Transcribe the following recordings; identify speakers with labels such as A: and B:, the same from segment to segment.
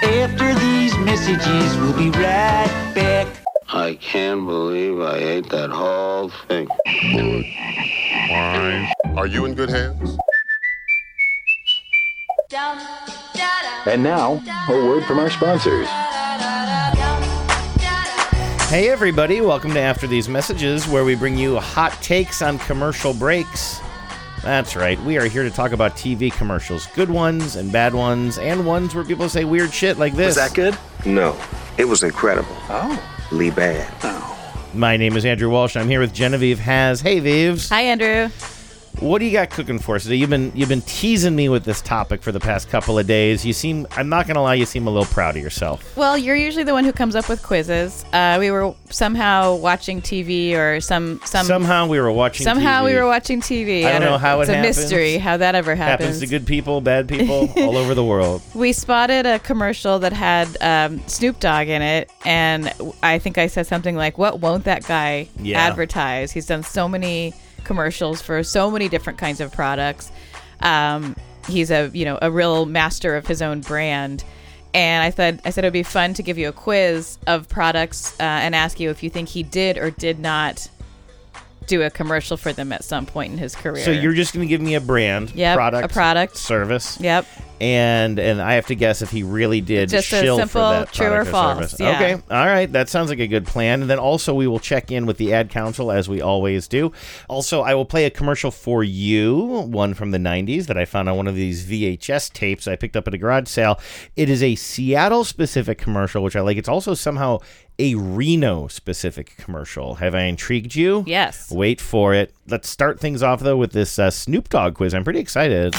A: After these messages, we'll be right back.
B: I can't believe I ate that whole thing.
C: Are you in good hands?
D: And now, a word from our sponsors.
E: Hey, everybody, welcome to After These Messages, where we bring you hot takes on commercial breaks. That's right, we are here to talk about TV commercials good ones and bad ones, and ones where people say weird shit like this.
F: good?
G: No, it was incredible.
F: Oh.
G: Lee bad.
E: My name is Andrew Walsh. I'm here with Genevieve Has. Hey, Vives.
H: Hi, Andrew.
E: What do you got cooking for us today? You've been you've been teasing me with this topic for the past couple of days. You seem I'm not gonna lie, you seem a little proud of yourself.
H: Well, you're usually the one who comes up with quizzes. Uh, we were somehow watching TV or some some
E: somehow we were watching.
H: somehow we
E: TV.
H: were watching TV.
E: I don't know how
H: it's
E: it
H: a
E: happens.
H: mystery how that ever happens.
E: Happens to good people, bad people, all over the world.
H: We spotted a commercial that had um, Snoop Dogg in it, and I think I said something like, "What won't that guy
E: Yeah.
H: advertise? He's done so many commercials for so many different kinds of products. Um, he's a you know a real master of his own brand." And I thought I said it would be fun to give you a quiz of products uh, and ask you if you think he did or did not do a commercial for them at some point in his career.
E: So you're just gonna give me a brand,
H: Yep, a
E: product,
H: product.
E: service,
H: yep.
E: and and I have to guess if he really did
H: Just a
E: shill
H: simple
E: for that
H: true
E: product
H: or
E: service.
H: false, yeah.
E: Okay, all right, that sounds like a good plan. And then also we will check in with the ad council as we always do. Also, I will play a commercial for you, one from the '90s that I found on one of these VHS tapes I picked up at a garage sale. It is a Seattle-specific commercial, which I like. It's also somehow a Reno-specific commercial. Have I intrigued you?
H: Yes.
E: Wait for it. Let's start things off though with this uh, Snoop Dogg quiz. I'm pretty excited.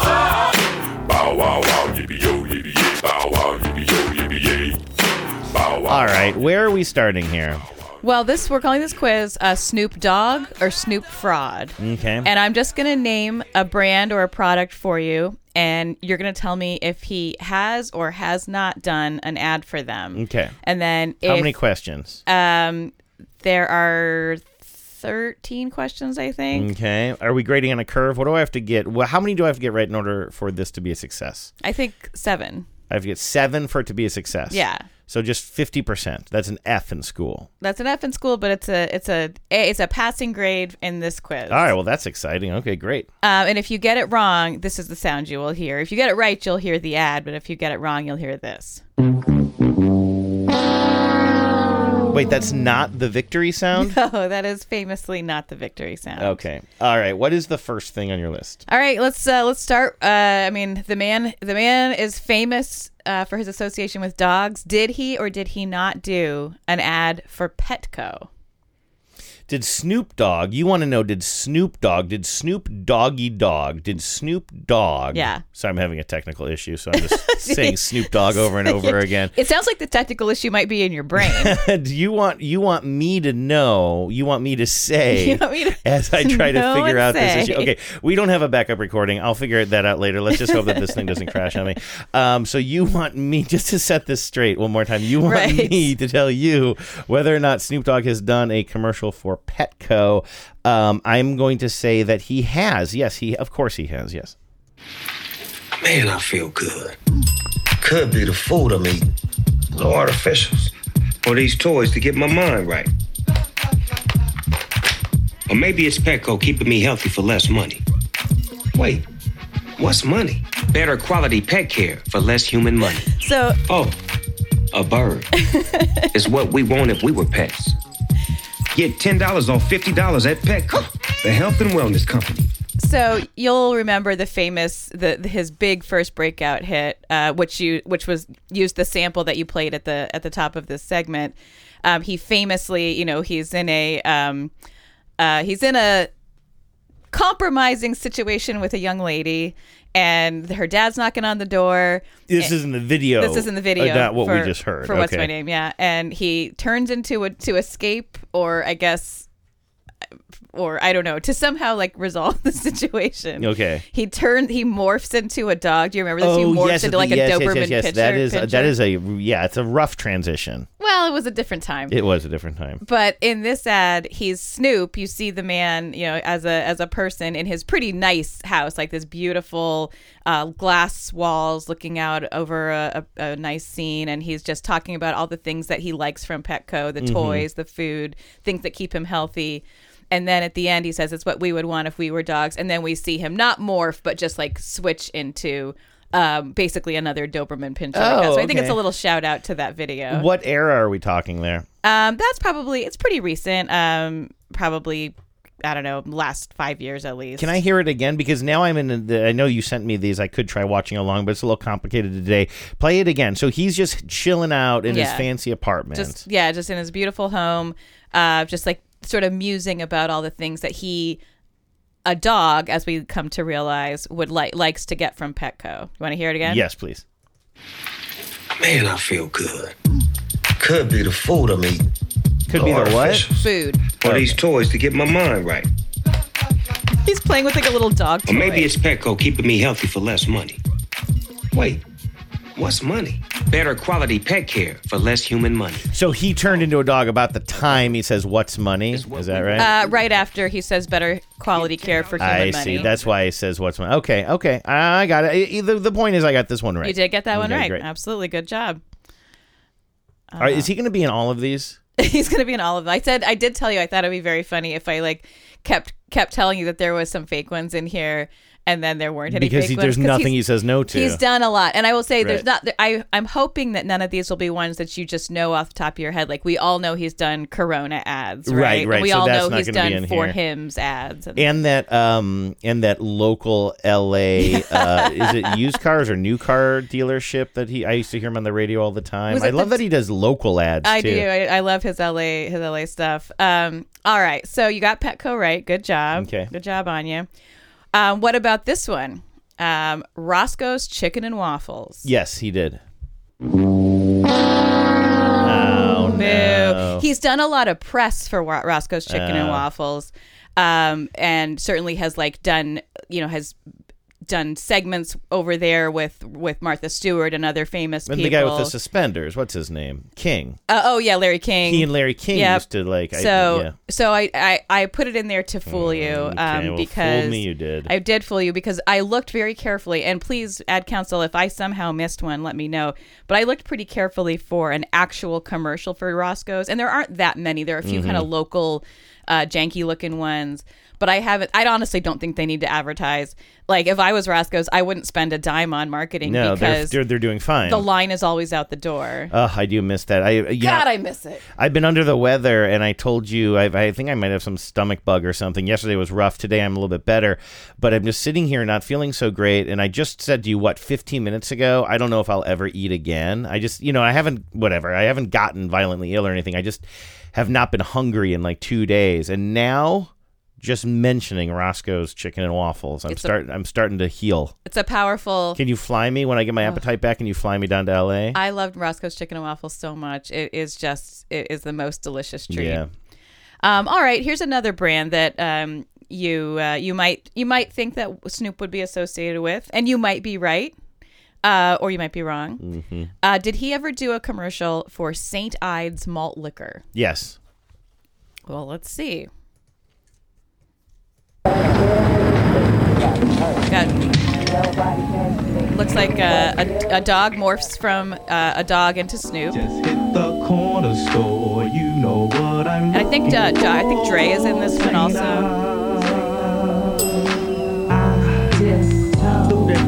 C: Bow wow wow yippee yo yippee yay. Bow wow yippee yo yippee yay. Bow wow.
E: All right, where are we starting here?
H: Well, this we're calling this quiz uh, Snoop Dogg or Snoop Fraud.
E: Okay.
H: And I'm just gonna name a brand or a product for you, and you're gonna tell me if he has or has not done an ad for them.
E: Okay.
H: And then if
E: How many questions?
H: um, there are 13 questions, I think.
E: Okay. Are we grading on a curve? What do I have to get? Well, how many do I have to get right in order for this to be a success?
H: I think seven.
E: I have to get seven for it to be a success.
H: Yeah.
E: So just fifty percent. That's an F in school.
H: That's an F in school, but it's a it's a, a it's a passing grade in this quiz.
E: All right. Well, that's exciting. Okay, great.
H: Um, and if you get it wrong, this is the sound you will hear. If you get it right, you'll hear the ad, but if you get it wrong, you'll hear this.
E: Wait, that's not the victory sound.
H: Oh, that is famously not the victory sound.
E: Okay. All right. What is the first thing on your list?
H: All right, let's uh, let's start. Uh, I mean, the man the man is famous uh, for his association with dogs. Did he or did he not do an ad for Petco?
E: Did Snoop Dogg? You want to know? Did Snoop Dogg? Did Snoop Doggy Dog? Did Snoop Dogg?
H: Yeah.
E: So I'm having a technical issue. So I'm just saying Snoop Dogg over and over again.
H: It sounds like the technical issue might be in your brain.
E: Do you want you want me to know? You want me to say
H: You want me to
E: as I try to
H: know
E: figure
H: and
E: out
H: say?
E: this issue? Okay, we don't have a backup recording. I'll figure that out later. Let's just hope that this thing doesn't crash on me. Um, so you want me just to set this straight one more time? You want
H: Right.
E: me to tell you whether or not Snoop Dogg has done a commercial for Petco? Um, I'm going to say that he has. Yes, he of course he has. Yes.
G: Man, I feel good. Could be the food I'm eating, the artificials, or these toys to get my mind right. Or maybe it's Petco keeping me healthy for less money. Wait, what's money? Better quality pet care for less human money.
H: so
G: Oh, a bird is what we want if we were pets. Get $10 off $50 at Petco, the health and wellness company.
H: so you'll remember the famous the the- his big first breakout hit, uh, which you which was used the sample that you played at the at the top of this segment. Um, he famously, you know, he's in a um, uh, he's in a compromising situation with a young lady, and her dad's knocking on the door.
E: This isn't the video.
H: This isn't the video.
E: Uh, not what we
H: for-
E: just heard.
H: For what's
E: Okay.
H: my name? Yeah, and he turns into a to escape or I guess or I don't know, to somehow like resolve the situation.
E: Okay.
H: He turns, he morphs into a dog. Do you remember this? he morphs into like
E: Oh,
H: a
E: yes, yes,
H: Doberman
E: yes, yes.
H: Pinscher-
E: That is uh,
H: Pinscher.
E: that is a yeah. It's a rough transition.
H: well, it was a different time.
E: It was a different time.
H: but in this ad, he's Snoop. You see the man, you know, as a as a person in his pretty nice house, like this beautiful uh, glass walls looking out over a, a, a nice scene, and he's just talking about all the things that he likes from Petco:
E: Mm-hmm.
H: the toys, the food, things that keep him healthy. And then at the end, he says, "It's what we would want if we were dogs." And then we see him not morph, but just like switch into. Um, basically another Doberman Pinscher. I guess.
E: Oh,
H: so I think
E: okay.
H: it's a little shout out to that video.
E: What era are we talking there?
H: Um, that's probably it's pretty recent. Um, probably I don't know, last five years at least.
E: Can I hear it again? Because now I'm in. The, I know you sent me these. I could try watching along, but it's a little complicated today. Play it again. So he's just chilling out in his
H: Yeah.
E: fancy apartment.
H: Just yeah, just in his beautiful home, uh, just like sort of musing about all the things that he, a dog, as we come to realize, would like likes to get from Petco. You want to hear it again?
E: yes, please.
F: Man, I feel good. Could be the food I'm eating.
E: Could be
F: Oh,
E: the what?
F: artificial.
H: Food.
G: Or these toys to get my mind right.
H: He's playing with like a little dog.
G: Or maybe
H: toy.
G: it's Petco keeping me healthy for less money. Wait, what's money? Better quality pet care for less human money.
E: So he turned into a dog about the time he says, "What's money?" Is that right?
H: uh, right after he says better quality care for human
E: I
H: money.
E: see. That's why he says, "What's money?" Okay, okay. I got it. I- The, the point is, I got this one right.
H: you did get that one
E: Okay,
H: right.
E: great.
H: Absolutely, good job.
E: All
H: Uh-huh.
E: right, is he going to be in all of these?
H: he's gonna be in all of them. I said I did tell you I thought it'd be very funny if I like kept kept telling you that there was some fake ones in here and then there weren't any
E: Because
H: fake
E: he,
H: ones,
E: there's
H: 'cause
E: nothing he
H: he's,
E: says no to.
H: he's done a lot and I will say there's
E: Right.
H: not I I'm hoping that none of these will be ones that you just know off the top of your head like we all know he's done Corona ads
E: Right,
H: right
E: right,
H: And we
E: so
H: all
E: that's
H: know
E: not
H: he's
E: gonna be
H: done
E: in
H: for
E: here.
H: hims ads and,
E: and that um and that local LA uh, is it used cars or new car dealership that he I used to hear him on the radio all the time.
H: Was
E: I
H: it
E: love
H: the-
E: that he does local ads
H: I
E: too.
H: do I, I love his LA his LA stuff um all right so you got Petco right good job
E: Okay.
H: good job on you um what about this one um Roscoe's Chicken and Waffles
E: Yes, he did.
H: Boo. He's done a lot of press for Wa- Roscoe's Chicken
E: Uh.
H: and Waffles, um, and certainly has like done you know has done segments over there with with Martha Stewart and other famous
E: And
H: people.
E: the guy with the suspenders, what's his name? King.
H: Uh, oh yeah, Larry King.
E: He and Larry King
H: Yep.
E: used to like.
H: so
E: I, yeah. Mm,
H: so I, I I put it in there to fool you
E: Okay,
H: um,
E: well,
H: because
E: fooled me, you did.
H: I did fool you because I looked very carefully and please ad council if I somehow missed one let me know but I looked pretty carefully for an actual commercial for Roscoe's and there aren't that many there are a few kind of
E: Mm-hmm.
H: local uh, janky looking ones but I haven't I honestly don't think they need to advertise like if I was Roscoe's I wouldn't spend a dime on marketing
E: no, they're, Uh,
H: because
E: they're they're doing fine.
H: the line is always out the door
E: Ugh, I do miss that. I you know,
H: God I miss it
E: I've been under the weather, and I told you I've, I think I might have some stomach bug or something. Yesterday was rough. Today I'm a little bit better, but I'm just sitting here not feeling so great. And I just said to you, what, 15 minutes ago, I don't know if I'll ever eat again. I just, you know, I haven't, whatever, I haven't gotten violently ill or anything. I just have not been hungry in like two days. And now, just mentioning Roscoe's chicken and waffles, I'm
H: It's a-
E: starting. I'm starting to heal.
H: it's a powerful
E: Can you fly me when I get my appetite back? Can you fly me down to L.A.?
H: I loved Roscoe's Chicken and Waffles so much. It is just, it is the most delicious treat.
E: yeah.
H: Um, all right, here's another brand that um, you uh, you might you might think that Snoop would be associated with, and you might be right, uh, or you might be wrong. Uh, did he ever do a commercial for Saint Ides malt liquor?
E: Yes.
H: Well, let's see. Got, looks like uh, a, a dog morphs from uh, a dog into Snoop.
A: hit the corner store, you know what I'm
H: And I think uh, Dra- I think Dre is in this one also.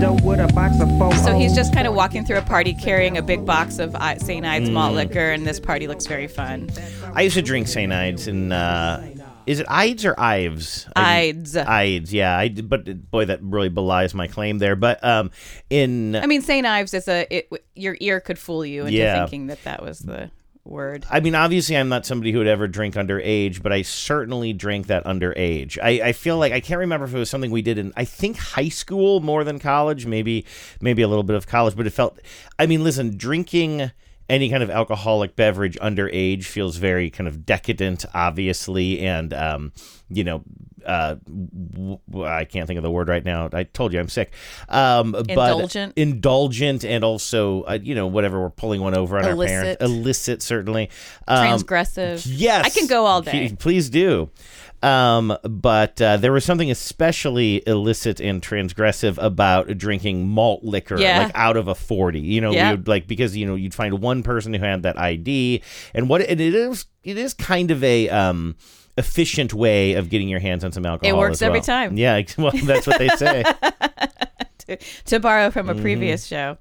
H: So he's just kind of walking through a party carrying a big box of I- St. Ides
E: Mm.
H: malt liquor, and this party looks very fun.
E: I used to drink St. Ides and uh, is it Ides or Ives? I-
H: Ides. I,
E: Ides, yeah. I, but boy, that really belies my claim there. But um, in
H: mean, St. Ives is a it, your ear could fool you into
E: Yeah.
H: thinking that that was the word.
E: I mean, obviously, I'm not somebody who would ever drink underage, but I certainly drank that underage. I, I feel like I can't remember if it was something we did in I think high school more than college, maybe maybe a little bit of college, but it felt. I mean, listen, drinking any kind of alcoholic beverage underage feels very kind of decadent, obviously, and um, you know, uh, w- w- I can't think of the word right now. I told you I'm sick. Um, but
H: Indulgent?
E: indulgent, and also uh, you know whatever we're pulling one over on our
H: Illicit.
E: parents, illicit certainly. Um,
H: transgressive.
E: Yes.
H: I can go all day.
E: P- Please do. Um, but uh, there was something especially illicit and transgressive about drinking malt liquor
H: Yeah.
E: like out of a 40. You know,
H: Yeah.
E: we would, like because you know, you'd find one person who had that ID and what and it is it is kind of a um efficient way of getting your hands on some alcohol.
H: works
E: as well.
H: every time.
E: Yeah, ex- well that's what they say.
H: to, to borrow from
E: Mm-hmm.
H: a previous show.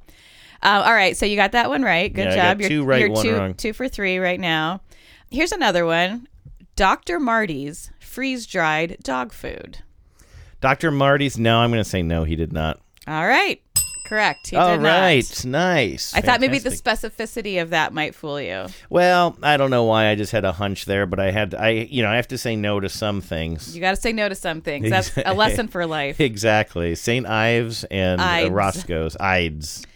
H: Um, all right, so you got that one right. Good
E: Yeah, I got
H: job. you're
E: two right,
H: you're
E: one
H: two,
E: wrong.
H: two for three right now. Here's another one Dr. Marty's freeze dried dog food.
E: Dr. Marty's no, I'm gonna say no, he did not.
H: All right, correct. He
E: All
H: did not.
E: right, nice.
H: I thought maybe the
E: Fantastic.
H: specificity of that might fool you.
E: Well, I don't know why I just had a hunch there, but I had I you know, I have to say no to some things.
H: You got to say no to some things. That's a
E: Exactly.
H: lesson for life.
E: Exactly. St. Ives and uh,
H: Ides.
E: Roscoe's Ides.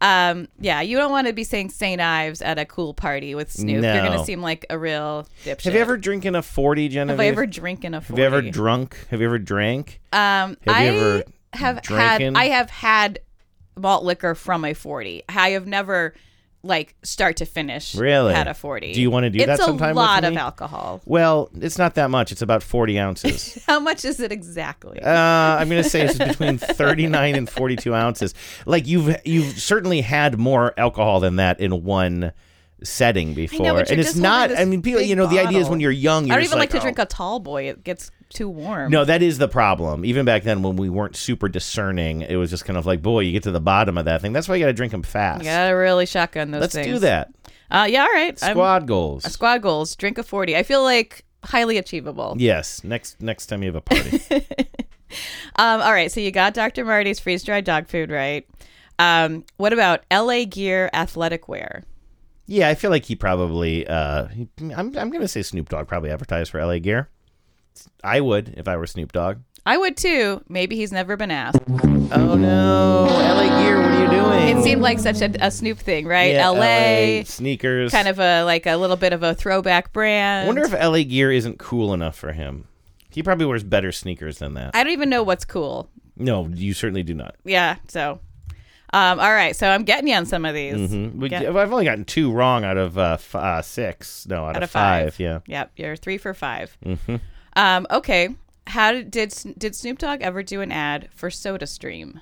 H: Um, yeah, you don't want to be saying St. Ives at a cool party with Snoop. You're going
E: No.
H: to seem like a real dipshit.
E: Have you ever drinking a 40,
H: Have
E: Genevieve?
H: I ever drinking a 40?
E: Have you ever drunk? Have you ever drank?
H: Um,
E: Have
H: I
E: you ever
H: have
E: drinking?
H: had I have had malt liquor from a forty. I have never like start to finish
E: Really?
H: had a forty.
E: Do you wanna do
H: it's
E: that
H: a
E: sometime with
H: lot of
E: me?
H: alcohol.
E: Well, it's not that much. It's about 40 ounces.
H: How much is it exactly?
E: uh, I'm going to say it's between 39 and 42 ounces. Like you've you've certainly had more alcohol than that in one setting before.
H: but
E: and
H: you're
E: it's
H: just holding
E: not
H: this
E: I mean people,
H: big
E: you know, the idea is
H: bottle.
E: when you're young
H: I
E: you're
H: don't
E: just
H: even like, to
E: "Oh,
H: drink a tall boy. It gets too warm.
E: No, that is the problem. Even back then, when we weren't super discerning, it was just kind of like, boy, you get to the bottom of that thing. That's why you got to drink them fast.
H: you gotta really shotgun those
E: Let's
H: things.
E: do that.
H: Uh, yeah, all right. I'm-
E: Squad goals.
H: squad goals. Drink a forty. I feel like highly achievable.
E: yes. Next next time you have a party.
H: Um, all right, so you got Dr. Marty's freeze dried dog food right. Um, what about LA Gear athletic wear?
E: yeah, I feel like he probably. Uh, he- I'm I'm gonna say Snoop Dogg probably advertised for LA Gear. I would if I were Snoop Dogg.
H: I would too. Maybe he's never been asked.
E: Oh no, LA Gear, what are you doing?
H: It seemed like such a, a Snoop thing, right?
E: Yeah,
H: LA,
E: sneakers.
H: kind of a like a little bit of a throwback brand.
E: I wonder if LA Gear isn't cool enough for him. He probably wears better sneakers than that.
H: I don't even know what's cool.
E: no, you certainly do not.
H: Yeah, so um, all right, so I'm getting you on some of these.
E: We,
H: Get-
E: I've only gotten two wrong out of uh, f- uh, six. No, out,
H: Out
E: of,
H: of five.
E: Yeah. Mm-hmm.
H: Yep, you're three for 5 Um, okay, how did did Sn- did Snoop Dogg ever do an ad for SodaStream?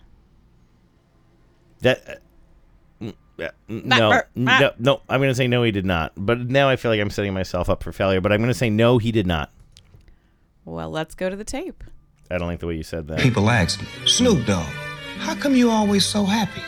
E: That. uh, mm, uh, mm, No,
H: burp,
E: no, no. I'm gonna say no. He did not. But now I feel like I'm setting myself up for failure. But I'm gonna say no. He did not.
H: Well, let's go to the tape.
E: I don't like the way you said that.
F: People ask me, Snoop Dogg, how come you always so happy?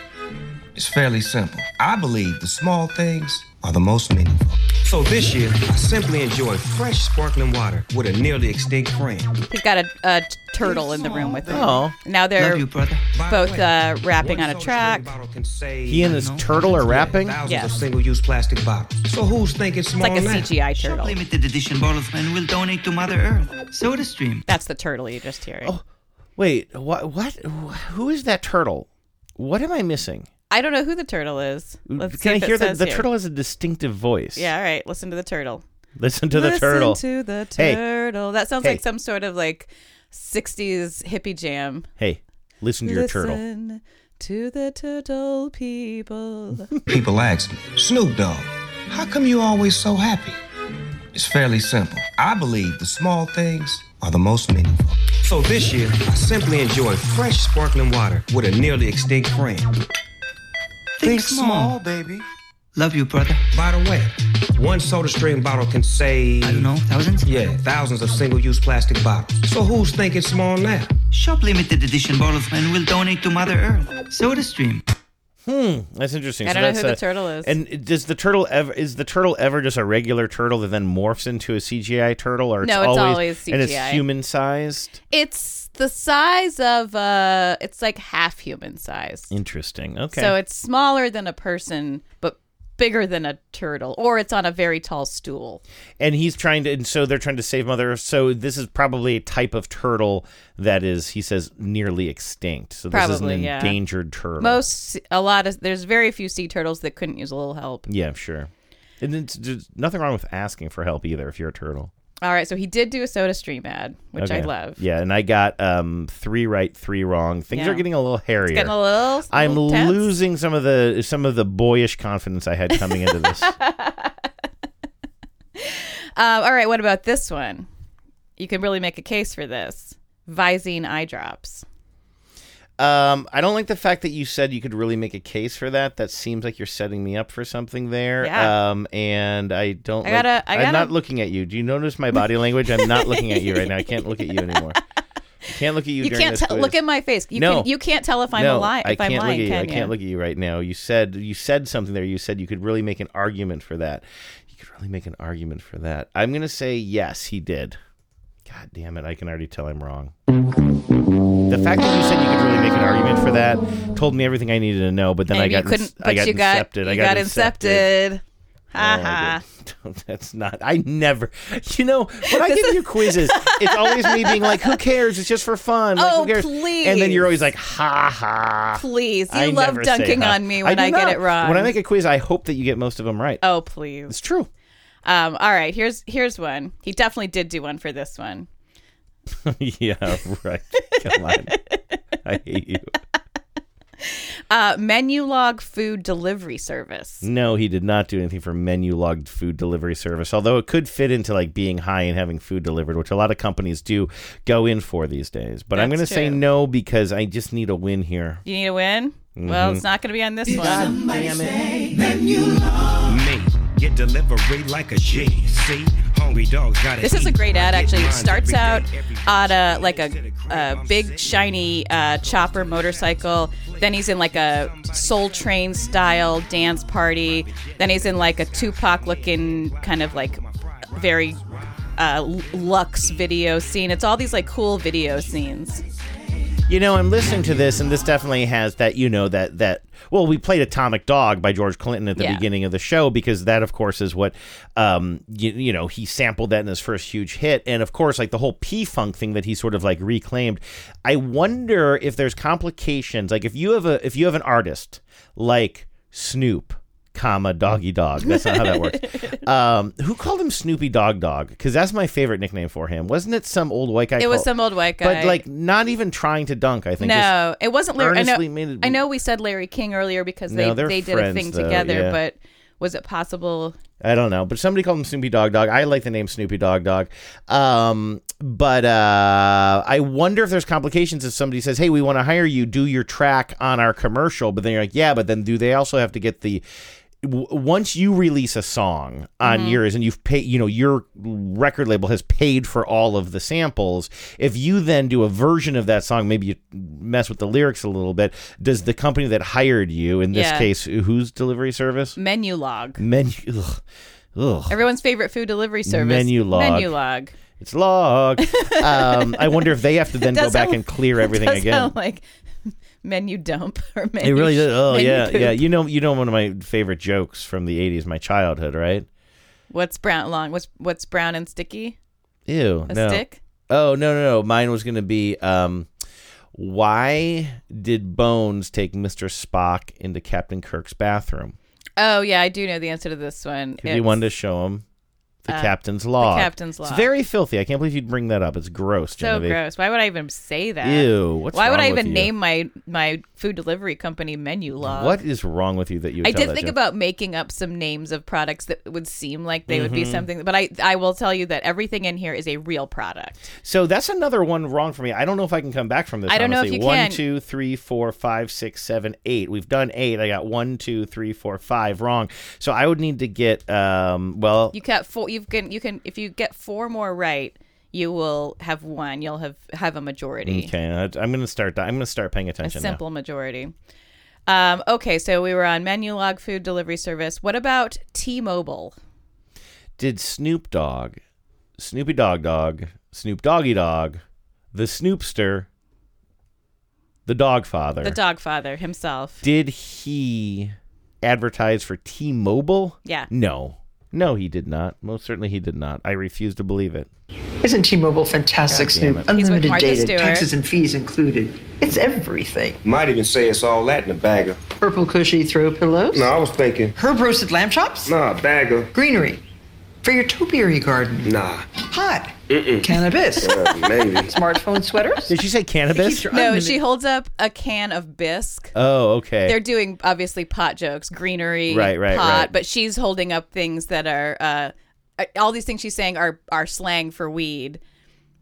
F: It's fairly simple. I believe the small things are the most meaningful. So this year, I simply enjoy fresh sparkling water with a nearly extinct friend.
H: He's got a, a turtle in the room with him.
E: Oh.
H: Now they're
F: Love you, brother. By the
H: both
F: way,
H: uh, rapping
F: one
H: on a
F: soda
H: track.
F: stream bottle can save
E: He and his turtle are rapping.
F: Thousands
H: Yes.
F: of single-use plastic bottles. So who's thinking small
H: It's like a
F: now?
H: CGI turtle.
I: Limited edition bottles and will donate to Mother Earth. SodaStream.
H: That's the turtle you just hearing.
E: Wait. What? What? Who is that turtle? What am I missing?
H: I don't know who the turtle is. Let's see
E: Mm, Can I
H: if it
E: hear that?
H: says
E: The
H: here.
E: turtle has a distinctive voice.
H: Yeah, all right. Listen to the turtle.
E: Listen to the
H: Listen
E: turtle.
H: to the
E: Hey.
H: turtle. That sounds
E: Hey.
H: like some sort of like 60s hippie jam.
E: hey, listen to your turtle.
H: Listen to the turtle people.
F: People ask me, Snoop Dogg, how come you always so happy? It's fairly simple. I believe the small things are the most meaningful. So this year, I simply enjoy fresh sparkling water with a nearly extinct friend.
I: Think small.
F: baby.
I: Love you, brother.
F: By the way, one soda stream bottle can save,
I: I don't know, thousands?
F: yeah, thousands of single-use plastic bottles. So who's thinking small now?
I: Shop limited edition bottles and will donate to Mother Earth. SodaStream.
E: That's interesting.
H: I
E: So
H: don't know
E: that's
H: who the
E: a-
H: turtle is.
E: And does the turtle ever is the turtle ever just a regular turtle that then morphs into a CGI turtle, or it's
H: No, it's always
E: and it's
H: CGI.
E: human sized?
H: it's the size of uh it's like half human size.
E: Interesting. Okay.
H: So it's smaller than a person but bigger than a turtle, or it's on a very tall stool.
E: and he's trying to and so they're trying to save mother earth so this is probably a type of turtle that is he says nearly extinct so this is an
H: Probably, yeah.
E: endangered turtle
H: Most, a lot of, there's very few sea turtles that couldn't use a little help.
E: yeah sure and it's, there's nothing wrong with asking for help either if you're a turtle
H: All right, so he did do a soda stream ad, which I
E: Okay.
H: love.
E: yeah and i got um three right three wrong things
H: Yeah.
E: are getting a little hairier
H: Getting a little.
E: i'm
H: little tense.
E: losing some of the some of the boyish confidence i had coming into this
H: Um, all right, what about this one? You can really make a case for this. Visine eye drops.
E: Um, I don't like the fact that you said you could really make a case for that. That seems like you're setting me up for something there.
H: Yeah.
E: Um, and I don't.
H: I gotta-
E: Like,
H: I
E: am
H: gotta-
E: not looking at you. Do you notice my body language? I'm not looking at you right now. I can't look at you anymore. Can't look at you.
H: You
E: during
H: can't
E: this
H: tell look
E: quiz.
H: at my face. You
E: No.
H: can, you can't tell if I'm
E: no,
H: lying.
E: I
H: If
E: can't
H: am lying,
E: look at you.
H: can
E: I
H: you?
E: can't look at you right now. You said you said something there. You said you could really make an argument for that. You could really make an argument for that. I'm gonna say yes. He did. God damn it! I can already tell I'm wrong. The fact that you said you could really make an argument for that told me everything I needed to know. But then
H: And
E: I
H: you
E: got
H: couldn't.
E: ins-
H: But
E: I got
H: you got.
E: incepted.
H: You
E: I got, incepted.
H: incepted. Ah. Ha ha.
E: Oh, I did. That's not. I never. You know when I give you quizzes, it's always me being like, "Who cares? It's just for fun." Like,
H: Oh,
E: who cares? And then
H: please.
E: you're always like, "Ha ha."
H: Please, you
E: I
H: love
E: never say
H: dunking
E: huh.
H: on me when
E: do
H: I, get
E: not.
H: it wrong.
E: When I make a quiz, I hope that you get most of them right.
H: oh please.
E: it's true.
H: Um. All right. Here's here's one. He definitely did do one for this one.
E: yeah, right. Come on. I hate you.
H: Uh, menu log food delivery service.
E: No, he did not do anything for menu logged food delivery service, although it could fit into like being high and having food delivered, which a lot of companies do go in for these days. But I'm going to
H: That's
E: say
H: true.
E: no because I just need a win here.
H: You need a win. Well,
E: Mm-hmm.
H: it's not going to be on this one.
F: Me, get delivery like a G. See, hungry dogs got
H: This is a great ad, actually. It starts out on a like a, a big shiny uh, chopper motorcycle. Then he's in like a Soul Train style dance party. Then he's in like a Tupac looking kind of like very uh, l- luxe video scene. It's all these like cool video scenes.
E: You know, I'm listening to this, and this definitely has that. You know that that. Well, we played "Atomic Dog" by George Clinton at the
H: Yeah.
E: beginning of the show because that, of course, is what um you, you know he sampled that in his first huge hit, and of course, like the whole P Funk thing that he sort of like reclaimed. I wonder if there's complications. Like if you have a if you have an artist like Snoop. Comma doggy dog. That's not how that works. Um, who called him Snoopy Dog Dog? Because that's my favorite nickname for him. Wasn't it some old white guy?
H: It was
E: called-
H: some old white guy.
E: but like not even trying to dunk. I think just-
H: No, it wasn't Larry. I know,
E: earnestly made it-
H: I know we said Larry King earlier because they,
E: No, they're
H: they did a
E: friends,
H: thing
E: though,
H: together,
E: yeah.
H: but was it possible?
E: I don't know, but somebody called him Snoopy Dog Dog. I like the name Snoopy Dog Dog. Um, but uh, I wonder if there's complications if somebody says, "Hey, we want to hire you. Do your track on our commercial," but then you're like, "Yeah," but then do they also have to get the w- once you release a song on yours and you've paid, you know, your record label has paid for all of the samples. If you then do a version of that song, maybe you mess with the lyrics a little bit. Does the company that hired you, in this
H: Yeah.
E: case, whose delivery service?
H: Menu log.
E: Menu. Ugh. Ugh.
H: Everyone's favorite food delivery service.
E: Menu log.
H: Menu log.
E: It's logged. um, I wonder if they have to then go
H: Does
E: back
H: sound-
E: and clear everything
H: Does
E: again.
H: sound like menu dump or menu.
E: it really does. Oh
H: menu
E: yeah,
H: poop.
E: yeah. You know, you know, one of my favorite jokes from the '80s, my childhood, right?
H: What's brown long? What's what's brown and sticky?
E: Ew.
H: A
E: no.
H: stick.
E: Oh no, no, no. Mine was gonna be. Um, why did Bones take Mr. Spock into Captain Kirk's bathroom?
H: Oh yeah, I do know the answer to this one.
E: Because he
H: It's-
E: wanted to show him the
H: uh,
E: captain's log.
H: captain's log.
E: It's very filthy. I can't believe you'd bring that up. It's gross,
H: so
E: Genevieve.
H: gross. Why would I even say that?
E: Ew. What's
H: Why would
E: wrong
H: I
E: with
H: even
E: you?
H: name my my food delivery company menu log?
E: What is wrong with you that you? would
H: I
E: tell
H: did
E: that
H: think
E: joke?
H: about making up some names of products that would seem like they
E: Mm-hmm.
H: would be something, but I I will tell you that everything in here is a real product.
E: So that's another one wrong for me. I don't know if I can come back from this.
H: I don't know if
E: honestly.
H: you
E: One,
H: can.
E: two, three, four, five, six, seven, eight. We've done eight. I got one, two, three, four, five wrong. So I would need to get um. Well,
H: You got four. You can you can if you get four more right, you will have one. You'll have have a majority,
E: okay. I- I'm gonna start. I'm gonna start paying
H: a
E: attention. now.
H: simple majority. Um, okay, so we were on menu log food delivery service. What about T-Mobile?
E: Did Snoop Dogg, Snoopy Dog Dog, Snoop Doggy Dog, the Snoopster, the Dog Father,
H: The Dogfather himself.
E: did he advertised for T-Mobile?
H: Yeah.
E: No. No, he did not. Most certainly he did not. I refuse to believe it.
J: Isn't T-Mobile fantastic, Snoop? Unlimited
H: Martha
J: data,
H: Stewart.
J: taxes and fees included. It's everything.
F: Might even say it's all that in a bagger.
J: Purple cushy throw pillows.
F: No, I was thinking,
J: Herb roasted lamb chops.
F: nah, bagger.
J: Greenery. For your topiary garden.
F: Nah.
J: Pot. Cannabis.
F: Uh, maybe.
J: Smartphone sweaters.
E: Did she say cannabis?
H: No, she holds up a can of bisque.
E: Oh, okay.
H: They're doing obviously pot jokes, greenery,
E: Right, right,
H: pot,
E: right.
H: but she's holding up things that are uh, all these things she's saying are are slang for weed,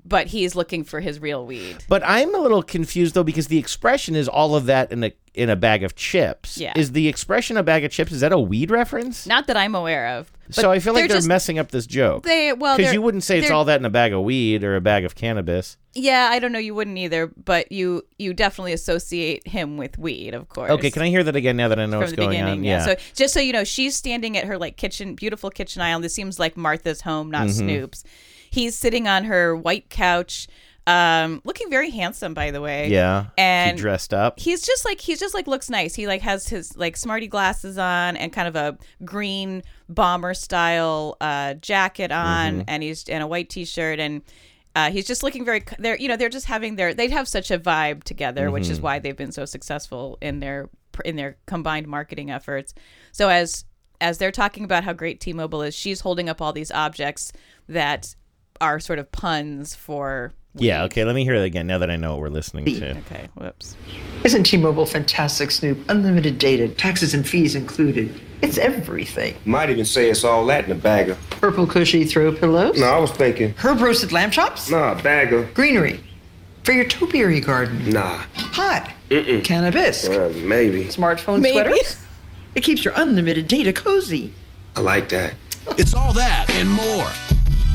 H: but he's looking for his real weed.
E: But I'm a little confused though because the expression is all of that in a in a bag of chips.
H: Yeah.
E: Is the expression a bag of chips? Is that a weed reference?
H: Not that I'm aware of. but
E: so I feel like they're
H: just-
E: messing up this joke.
H: They well,
E: because
H: they're-
E: you wouldn't say it's
H: they're-
E: all that in a bag of weed or a bag of cannabis.
H: Yeah, I don't know. You wouldn't either, but you you definitely associate him with weed, of course.
E: Okay, can I hear that again now that I know
H: from
E: what's
H: the
E: going
H: beginning,
E: on?
H: yeah. So just so you know, she's standing at her like kitchen, beautiful kitchen aisle. This seems like Martha's home, not
E: Mm-hmm.
H: Snoop's. He's sitting on her white couch, um, looking very handsome, by the way.
E: yeah.
H: and
E: she dressed up.
H: he's just like he's just like looks nice. He like has his like smarty glasses on and kind of a green bomber style uh, jacket on, and he's and a white t shirt and. Uh, he's just looking very. They're you know they're just having their. They have such a vibe together, which is why they've been so successful in their in their combined marketing efforts. So as as they're talking about how great T-Mobile is, she's holding up all these objects that are sort of puns for.
E: yeah. Okay, let me hear that again now that I know what we're listening to.
H: Okay. Whoops.
J: Isn't T-Mobile fantastic, Snoop? Unlimited data, taxes and fees included. It's everything.
F: Might even say it's all that in a bagger.
J: Purple cushy throw pillows.
F: No, I was thinking,
J: Herb roasted lamb chops.
F: nah, bagger.
J: Greenery. For your topiary garden.
F: Nah.
J: Pot. Cannabis.
F: Uh, maybe.
J: Smartphone
H: Maybe.
J: sweaters. It keeps your unlimited data cozy.
F: I like that.
K: It's all that and more.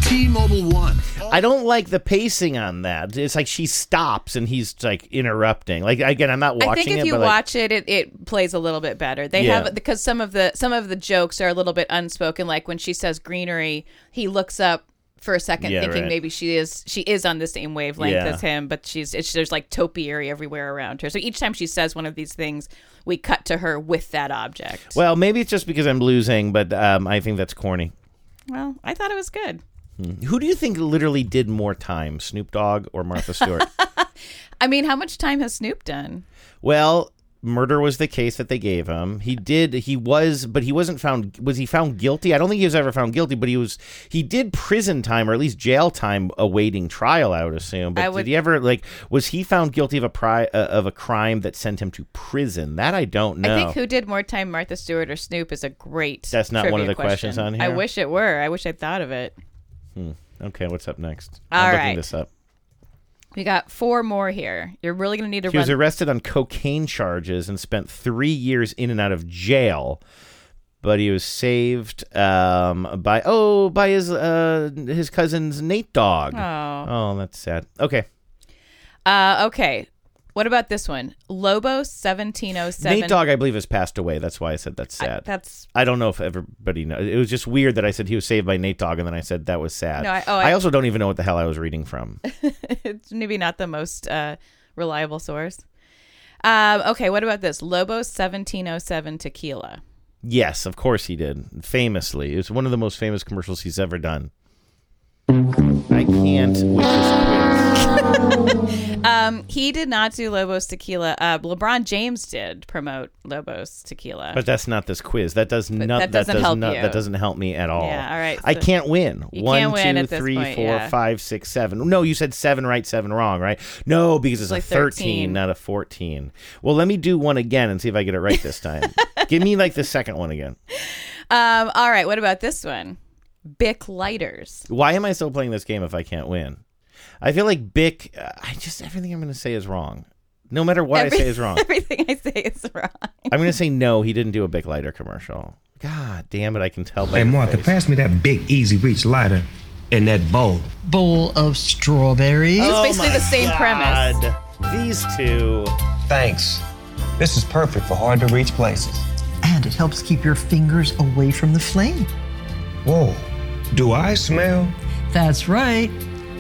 K: T-Mobile One.
E: I don't like the pacing on that. It's like she stops and he's like interrupting. Like again, I'm not watching
H: I think if
E: it,
H: you
E: but like,
H: watch it, it, it plays a little bit better. They
E: Yeah.
H: have because some of the some of the jokes are a little bit unspoken. Like when she says greenery, he looks up for a second,
E: Yeah,
H: thinking
E: right.
H: maybe she is she is on the same wavelength
E: Yeah.
H: as him, but she's it's, there's like topiary everywhere around her. So each time she says one of these things, we cut to her with that object.
E: well, maybe it's just because I'm losing, but um, I think that's corny.
H: Well, I thought it was good.
E: Who do you think literally did more time, Snoop Dogg or Martha Stewart?
H: I mean, how much time has Snoop done?
E: well, murder was the case that they gave him. He did. He was, but he wasn't found. Was he found guilty? I don't think he was ever found guilty. But he was. He did prison time or at least jail time awaiting trial. I would assume. But
H: I would-
E: did he ever like? Was he found guilty of a pri- uh, of a crime that sent him to prison? That I don't know.
H: I think who did more time, Martha Stewart or Snoop, is a great.
E: That's not one
H: trivia
E: of the questions
H: question.
E: on
H: I
E: here?
H: wish it were. I wish I thought of it.
E: okay, what's up next?
H: All
E: I'm looking
H: right.
E: this up.
H: We got four more here. You're really gonna need to
E: He
H: run.
E: was arrested on cocaine charges and spent three years in and out of jail. But he was saved um, by oh by his uh, his cousin's Nate Dog.
H: Oh.
E: that's sad. Okay,
H: Uh, okay. What about this one? Lobo seventeen oh seven.
E: Nate Dog, I believe, has passed away. That's why I said that's sad. I,
H: That's
E: don't know if everybody knows. It was just weird that I said he was saved by Nate Dog, and then I said that was sad.
H: No, I- oh, I-
E: also don't even know what the hell I was reading from.
H: it's maybe not the most uh, reliable source. Um, okay, what about this? Lobo seventeen oh seven tequila.
E: yes, of course he did. Famously, it's one of the most famous commercials he's ever done. I can't with this quiz.
H: Um, he did not do Lobos tequila. Uh, LeBron James did promote Lobos tequila.
E: But that's not this quiz. That does not.
H: that
E: That,
H: doesn't
E: does
H: help
E: not.
H: you.
E: That doesn't help me at all.
H: Yeah, all right,
E: I
H: so-
E: can't win.
H: You
E: One,
H: can't win
E: two,
H: at this
E: three,
H: point,
E: four,
H: yeah.
E: five, six, seven. No, you said seven right, seven wrong, right? No, because it's,
H: like
E: a thirteen,
H: 13.
E: not a fourteen. Well, let me do one again and see if I get it right this time. Give me like the second one again.
H: um, all right, what about this one? Bic lighters.
E: Why am I still playing this game if I can't win? I feel like Bic. uh, I just everything I'm going to say is wrong. No matter what I say is wrong.
H: Everything I say is wrong.
E: I'm going to say no. He didn't do a Bic lighter commercial. God damn it! I can tell. By
F: Hey,
E: your
F: Martha,
E: face.
F: pass me that big Easy Reach lighter and that bowl.
J: Bowl of strawberries.
L: Oh.
H: It's basically the same premise.
E: premise. These two.
F: Thanks. This is perfect for hard to reach places.
J: And it helps keep your fingers away from the flame.
F: Whoa. Do I smell?
J: That's right.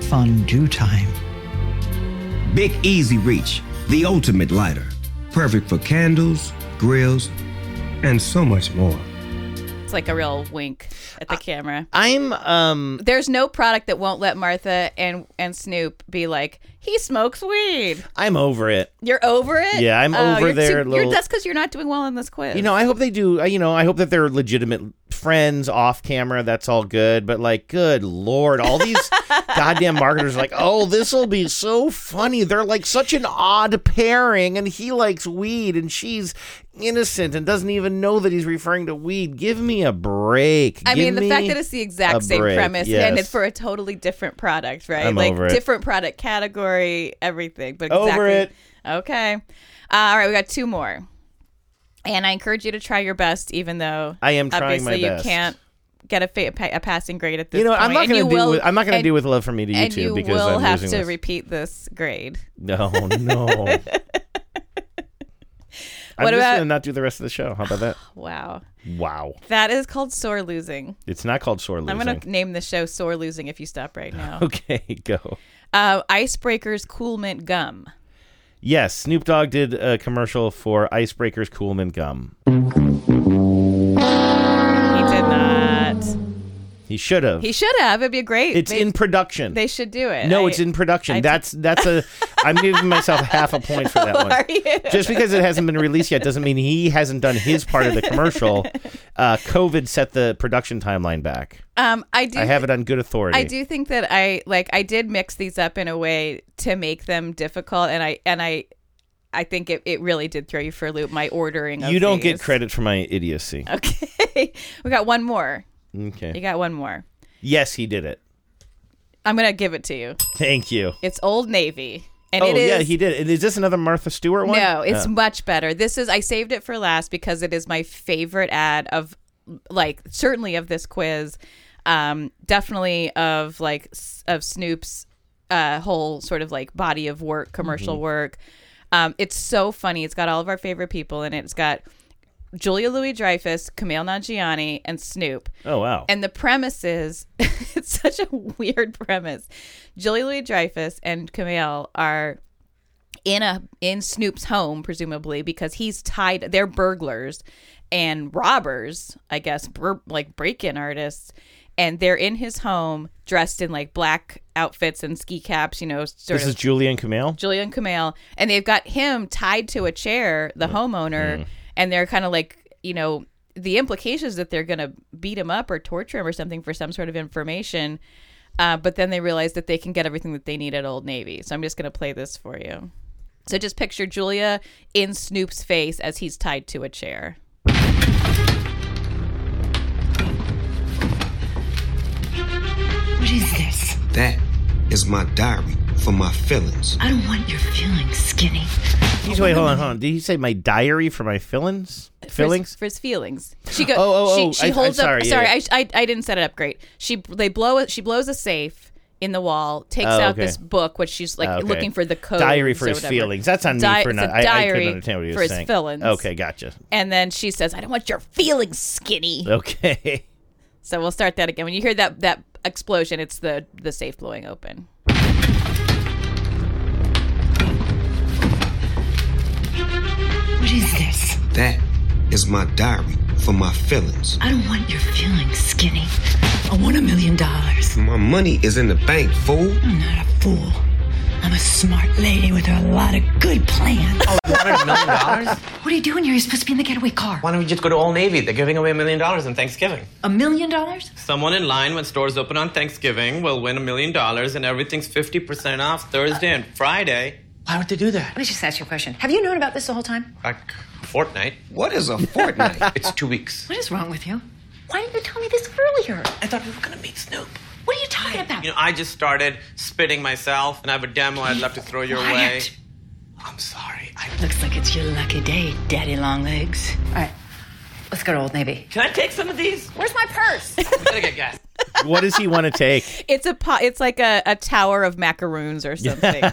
J: Fondue time.
F: Big Easy Reach, the ultimate lighter. Perfect for candles, grills, and so much more.
H: It's like a real wink at the camera.
E: I'm um
H: There's no product that won't let Martha and and Snoop be like, he smokes weed.
E: I'm over it.
H: You're over it.
E: Yeah, I'm
H: Oh,
E: over
H: you're
E: their
H: too-
E: little-
H: You're, that's because you're not doing well in this quiz.
E: You know, I hope they do. uh, You know, I hope that they're legitimate friends off camera. That's all good. But like, good lord, all these goddamn marketers are like, oh, this will be so funny. They're like such an odd pairing, and he likes weed, and she's innocent and doesn't even know that he's referring to weed. Give me a break.
H: I
E: Give
H: mean, the
E: me
H: fact that it's the
E: a
H: exact same
E: break.
H: premise and
E: Yes.
H: it's for a totally different product, right?
E: I'm
H: like
E: over it.
H: different product category, everything. But exactly.
E: Over it.
H: Okay. Uh, all right, we got two more, and I encourage you to try your best, even though
E: I am trying my
H: obviously
E: best.
H: you can't get a, fa- a pa- a passing grade at this.
E: you know, I'm
H: point,
E: not
H: and
E: going to
H: you
E: do.
H: will-
E: with, I'm not going to
H: and-
E: do with love from me to
H: and
E: YouTube
H: you
E: because
H: will
E: I'm
H: have
E: losing
H: to
E: this.
H: repeat this grade.
E: No, no. I'm
H: What
E: just
H: about-
E: gonna not do the rest of the show. How about that?
H: Wow,
E: Wow.
H: that is called sore losing.
E: It's not called sore losing.
H: I'm going to name the show "Sore Losing" if you stop right now.
E: Okay, go.
H: Uh, Icebreakers Cool Mint Gum.
E: Yes, Snoop Dogg did a commercial for Icebreakers Cool Mint Gum.
H: He did not.
E: He should have.
H: He should have. It'd be great.
E: It's
H: they,
E: in production.
H: They should do it.
E: no,
H: I-
E: it's in production.
H: I-
E: that's that's a. I'm giving myself half a point for that
H: Are
E: one.
H: you?
E: Just because it hasn't been released yet doesn't mean he hasn't done his part of the commercial. Uh, COVID set the production timeline back.
H: Um, I do.
E: I have it on good authority.
H: I do think that I like I did mix these up in a way to make them difficult, and I and I, I think it, it really did throw you for a loop. My ordering. Of
E: You don't get
H: these.
E: credit for my idiocy.
H: Okay, we got one more. You
E: Okay.
H: got one more.
E: Yes, he did it.
H: I'm gonna give it to you.
E: Thank you.
H: It's Old Navy, and
E: oh
H: it is.
E: yeah, he did. And Is this another Martha Stewart one?
H: No, it's
E: Oh.
H: much better. This is I saved it for last because it is my favorite ad of like certainly of this quiz, um, definitely of like s- of Snoop's uh, whole sort of like body of work, commercial
E: Mm-hmm.
H: work. Um, it's so funny. It's got all of our favorite people in it. It's got Julia Louis Dreyfus, Kumail Nanjiani, and Snoop.
E: Oh wow.
H: And the premise is it's such a weird premise. Julie Louis Dreyfus and Camille are in a in Snoop's home, presumably, because he's tied they're burglars and robbers, I guess, bur- like break in artists. And they're in his home dressed in like black outfits and ski caps, you know, sort
E: this
H: of
E: is Julian Kumail.
H: Julia and Kumail, and they've got him tied to a chair, the homeowner, and they're kind of like, you know, the implications that they're going to beat him up or torture him or something for some sort of information. Uh, but then they realize that they can get everything that they need at Old Navy. So I'm just going to play this for you. So just picture Julia in Snoop's face as he's tied to a chair.
M: What is this?
F: That is my diary for my feelings.
M: I don't want your feelings, Skinny.
E: He's wait, hold on, hold on. Did he say my diary for my fillings?
H: for his-
E: Fillings?
H: for his feelings. She goes.
E: Oh, oh,
H: she,
E: oh,
H: she
E: I- I'm
H: holds
E: sorry,
H: up.
E: yeah,
H: sorry,
E: yeah.
H: I, I, I didn't set it up great. She they blow. a- She blows a safe in the wall. Takes
E: Oh,
H: out
E: okay.
H: this book, which she's like
E: Oh, okay.
H: looking for the code.
E: Diary for
H: or
E: his
H: whatever.
E: feelings. That's on
H: Di-
E: me for
H: it's
E: not.
H: a
E: I, I
H: diary
E: couldn't understand what he was
H: for his
E: saying.
H: feelings.
E: Okay, gotcha.
H: And then she says, "I don't want your feelings, skinny."
E: Uh, Okay.
H: So we'll start that again. When you hear that that explosion, it's the the safe blowing open.
M: What is this?
F: That is my diary for my feelings.
M: I don't want your feelings, Skinny. I want a million dollars.
F: My money is in the bank, fool.
M: I'm not a fool. I'm a smart lady with a lot of good plans.
L: $100 million?
M: What are you doing here? You're supposed to be in the getaway car.
L: Why don't we just go to Old Navy? They're giving away a million dollars on Thanksgiving.
M: A million dollars?
L: Someone in line when stores open on Thanksgiving will win a million dollars and everything's 50% off Thursday and Friday. Why would they do that?
M: Let me just ask you a question. Have you known about this the whole time?
L: Like fortnight.
F: What is a fortnight?
L: it's two weeks.
M: What is wrong with you? Why didn't you tell me this earlier?
L: I thought we were gonna meet Snoop.
M: What are you talking about?
L: You know, I just started spitting myself and I have a demo I'd love to throw your way.
M: Quiet.
L: I'm sorry.
M: Looks like it's your lucky day, Daddy Longlegs. All right, let's go to Old Navy.
L: Can I take some of these?
M: Where's my purse?
L: We gotta get gas.
E: What does he want to take?
H: It's a po- it's like a, a tower of macaroons or something.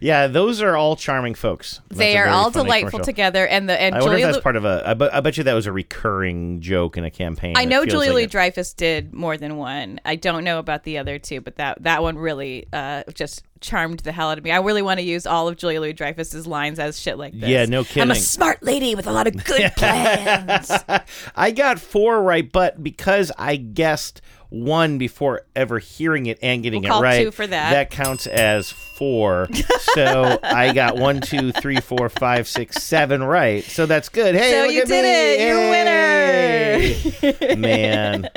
E: yeah, those are all charming folks. That's
H: they
E: a
H: are
E: very
H: all
E: funny
H: delightful
E: commercial.
H: together, and the and
E: I wonder
H: Julia
E: if
H: Lu-
E: that's part of a. I bet, I bet you that was a recurring joke in a campaign.
H: I
E: It
H: know
E: feels
H: Julia
E: like
H: Louis
E: it.
H: Dreyfus did more than one. I don't know about the other two, but that that one really uh, just charmed the hell out of me. I really want to use all of Julia Louis Dreyfus's lines as shit like this.
E: Yeah, no
H: I'm
E: kidding.
H: a smart lady with a lot of good plans.
E: I got four right, but because I guessed one before ever hearing it and getting
H: We'll call
E: it right,
H: two for that.
E: that counts as four. so I got one, two, three, four, five, six, seven right. So that's good. Hey,
H: so
E: look
H: you
E: at
H: did
E: me.
H: it. You're a
E: Hey.
H: winner.
E: Man,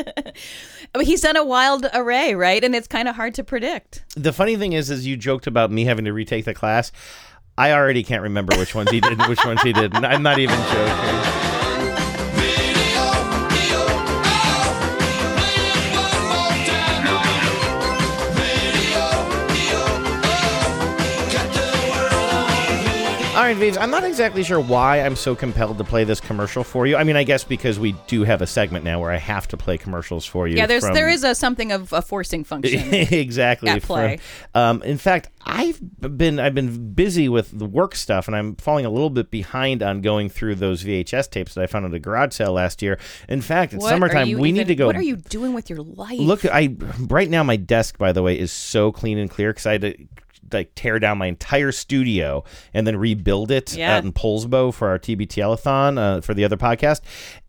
H: I mean, he's done a wild array, right? And it's kind of hard to predict.
E: the funny thing is, is you joked about me having to retake the class. I already can't remember which ones he did and which ones he didn't. I'm not even joking. All right, Vives, I'm not exactly sure why I'm so compelled to play this commercial for you. I mean, I guess because we do have a segment now where I have to play commercials for you.
H: Yeah, there's
E: from-
H: there is a something of a forcing function.
E: exactly.
H: at play.
E: From- um, in fact, I've been I've been busy with the work stuff, and I'm falling a little bit behind on going through those VHS tapes that I found at a garage sale last year. In fact, it's
H: What are
E: summertime.
H: you
E: We need
H: even-
E: to go.
H: What are you doing with your life?
E: Look, I right now my desk, by the way, is so clean and clear because I had to like tear down my entire studio and then rebuild it
H: Yeah.
E: out in Polsbo for our TBTLathon uh, for the other podcast.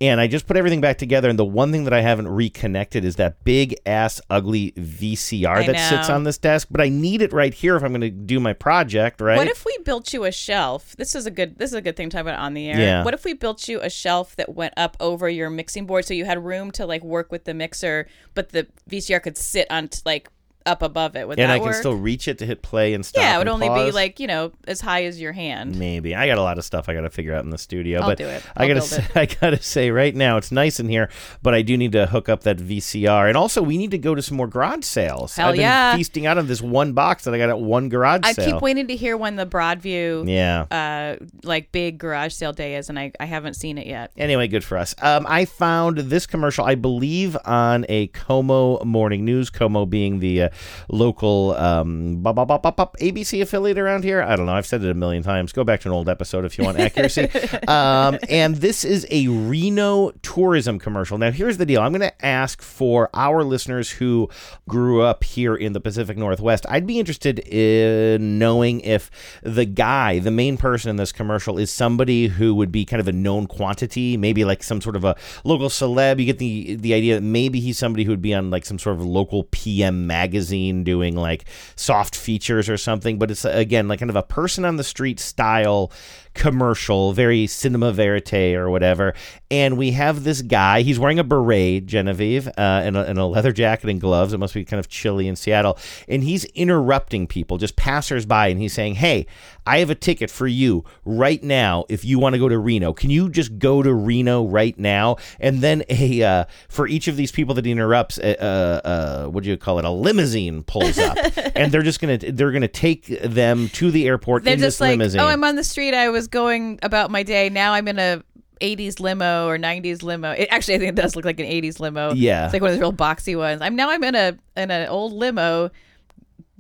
E: And I just put everything back together. And the one thing that I haven't reconnected is that big ass ugly VCR
H: I
E: that sits
H: know.
E: on this desk. But I need it right here if I'm going to do my project. Right?
H: What if we built you a shelf? This is a good this is a good thing to talk about on the air.
E: Yeah.
H: What if we built you a shelf that went up over your mixing board so you had room to like work with the mixer, but the VCR could sit on t- like up above it? Would
E: and
H: that
E: I can
H: work?
E: still reach it to hit play and stop.
H: yeah, it would
E: and
H: only be
E: pause.
H: like you know as high as your hand.
E: Maybe I got a lot of stuff I got to figure out in the studio.
H: I'll
E: but
H: do it.
E: I
H: I'll
E: gotta
H: build
E: say, I gotta say right now it's nice in here, but I do need to hook up that VCR, and also we need to go to some more garage sales.
H: Hell
E: I've been
H: yeah.
E: feasting out on this one box that I got at one garage
H: I
E: sale.
H: keep waiting to hear when the Broadview
E: Yeah.
H: uh like big garage sale day is, and I I haven't seen it yet.
E: Anyway, good for us. Um, I found this commercial, I believe, on a Como morning news. Como being the uh, local um, bop, bop, bop, bop, bop, ABC affiliate around here. I don't know. I've said it a million times. Go back to an old episode if you want accuracy. um, and this is a Reno tourism commercial. Now, here's the deal. I'm going to ask for our listeners who grew up here in the Pacific Northwest. I'd be interested in knowing if the guy, the main person in this commercial, is somebody who would be kind of a known quantity, maybe like some sort of a local celeb. You get the the idea that maybe he's somebody who would be on like some sort of local PM magazine doing like soft features or something. But it's again like kind of a person on the street style commercial, very cinema verite or whatever. And we have this guy. He's wearing a beret, Genevieve, uh, and, a, and a leather jacket and gloves. It must be kind of chilly in Seattle. And he's interrupting people, just passersby, and he's saying, "Hey, I have a ticket for you right now. If you want to go to Reno, can you just go to Reno right now?" And then a uh, for each of these people that he interrupts, uh, uh, uh, what do you call it? A limousine pulls up, and they're just gonna they're gonna take them to the airport
H: They're
E: in
H: just
E: this
H: like,
E: limousine.
H: oh, I'm on the street. I was going about my day. Now I'm in a 80s limo or 90s limo. It, actually, I think it does look like an 80s limo.
E: Yeah.
H: it's like one of those real boxy ones. I'm now I'm in a in an old limo,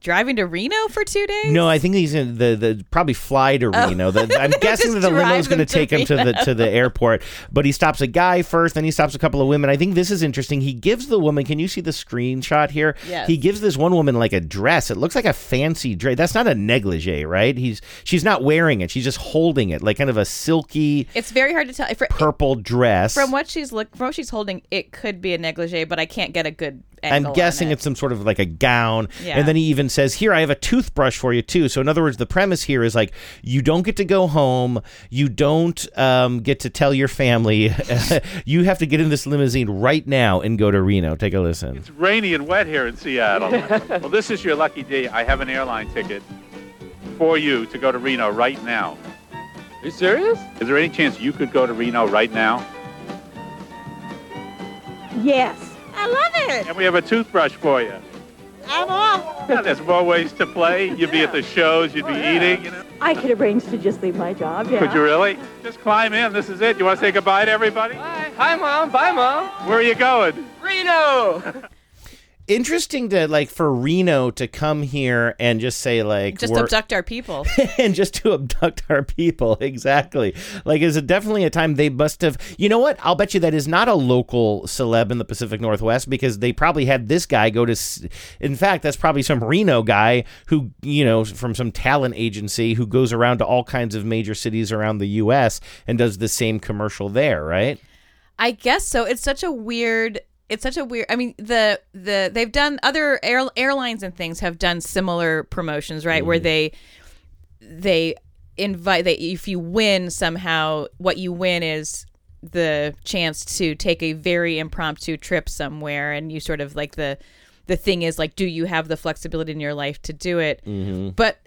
H: driving to Reno for two days.
E: No, I think he's in the, the probably fly to
H: Oh.
E: Reno. The- I'm guessing that the
H: Just drive
E: limo's going to
H: them to
E: take him to the
H: Reno.
E: to the airport. But he stops a guy first, then he stops a couple of women. I think this is interesting. He gives the woman. Can you see the screenshot here?
N: Yes.
E: He gives this one woman like a dress. It looks like a fancy dress. That's not a negligee, right? He's she's not wearing it. She's just holding it, like kind of a silky
H: It's very hard to tell. For,
E: purple dress.
H: from what she's look from what she's holding, it could be a negligee, but I can't get a good. Angle
E: I'm
H: on
E: guessing
H: it.
E: it's some sort of like a gown.
H: Yeah.
E: And then he even says, Here, I have a toothbrush for you, too. So, in other words, the premise here is like, you don't get to go home. You don't um, get to tell your family. you have to get in this limousine right now and go to Reno. Take a listen.
O: rainy and wet here in Seattle. well, this is your lucky day. I have an airline ticket for you to go to Reno right now. Are you serious? Is there any chance you could go to Reno right now?
P: Yes. I love it.
O: And we have a toothbrush for you.
P: I'm off.
O: Yeah, there's more ways to play. You'd be at the shows, you'd be eating. You know?
P: I could arrange to just leave my job. Yeah.
O: Could you really? Just climb in. This is it. You want to say goodbye to everybody? Bye. Hi, Mom. Bye, Mom. Where are you going?
P: Reno.
E: Interesting to like for Reno to come here and just say like
H: Just
E: we're-
H: abduct our people.
E: and just to abduct our people. Exactly. Like, is it definitely a time they must have? You know what? I'll bet you that is not a local celeb in the Pacific Northwest because they probably had this guy go to. s- In fact, that's probably some Reno guy who you know from some talent agency who goes around to all kinds of major cities around the U.S. and does the same commercial there, right?
H: I guess so. It's such a weird. It's such a weird. I mean, the the they've done other air, airlines and things have done similar promotions, right? Where they they invite that if you win somehow, what you win is the chance to take a very impromptu trip somewhere, and you sort of like the the thing is like, do you have the flexibility in your life to do it?
N: Mm-hmm.
H: But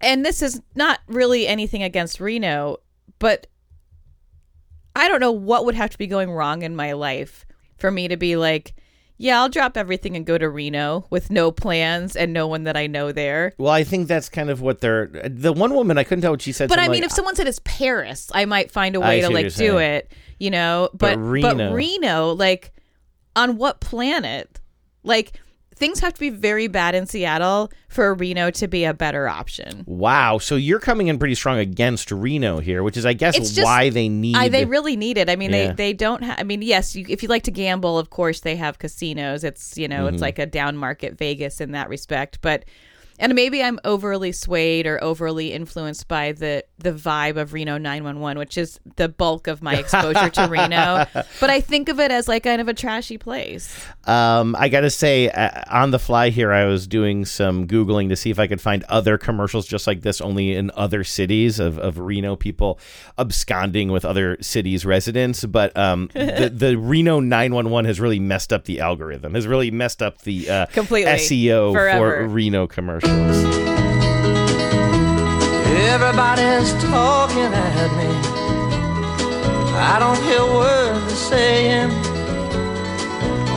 H: and this is not really anything against Reno, but I don't know what would have to be going wrong in my life for me to be like, yeah, I'll drop everything and go to Reno with no plans and no one that I know there.
E: Well, I think that's kind of what they're. The one woman I couldn't tell what she said.
H: but I
E: something
H: mean,
E: like,
H: if someone said it's Paris, I might find a
E: I
H: way
E: see
H: to
E: what
H: like
E: you're
H: do
E: saying.
H: it, you know. But
E: But
H: but Reno.
E: Reno-
H: like, on what planet? Like, things have to be very bad in Seattle for Reno to be a better option.
E: Wow, so you're coming in pretty strong against Reno here, which is, I guess,
H: It's just-
E: why they need.
H: I, they really need it. I mean,
E: Yeah.
H: they, they don't. Ha- I mean, yes, you, if you like to gamble, of course they have casinos. It's you know,
E: Mhm.
H: it's like a down market Vegas in that respect. But and maybe I'm overly swayed or overly influenced by the the vibe of Reno 911, which is the bulk of my exposure to Reno. But I think of it as like kind of a trashy place.
E: Um, I gotta say, uh, on the fly here, I was doing some googling to see if I could find other commercials just like this, only in other cities of, of Reno people absconding with other cities' residents. But um, the, the Reno nine one one has really messed up the algorithm, has really messed up the uh,
A: Completely.
E: SEO
A: Forever.
E: for Reno commercials.
A: Everybody's talking at me. I don't hear words they're saying,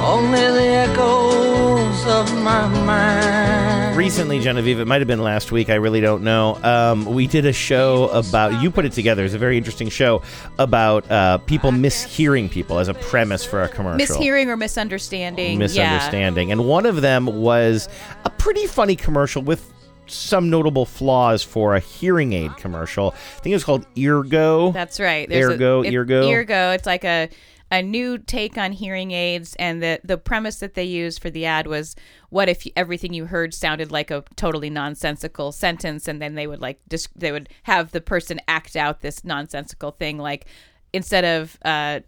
A: only the echoes of my mind.
E: Recently, Genevieve, it might have been last week. I really don't know. Um, we did a show about you put it together. It's a very interesting show about uh, people mishearing people as a premise for a commercial.
H: Mishearing or misunderstanding. Yeah.
E: misunderstanding. And one of them was a pretty funny commercial with some notable flaws for a hearing aid commercial. I think it was called Eargo.
H: That's right.
E: Ergo,
H: it-
E: Ergo.
H: Ergo. It's like a a new take on hearing aids, and the the premise that they used for the ad was, "What if everything you heard sounded like a totally nonsensical sentence?" And then they would like dis- they would have the person act out this nonsensical thing, like instead of. Uh,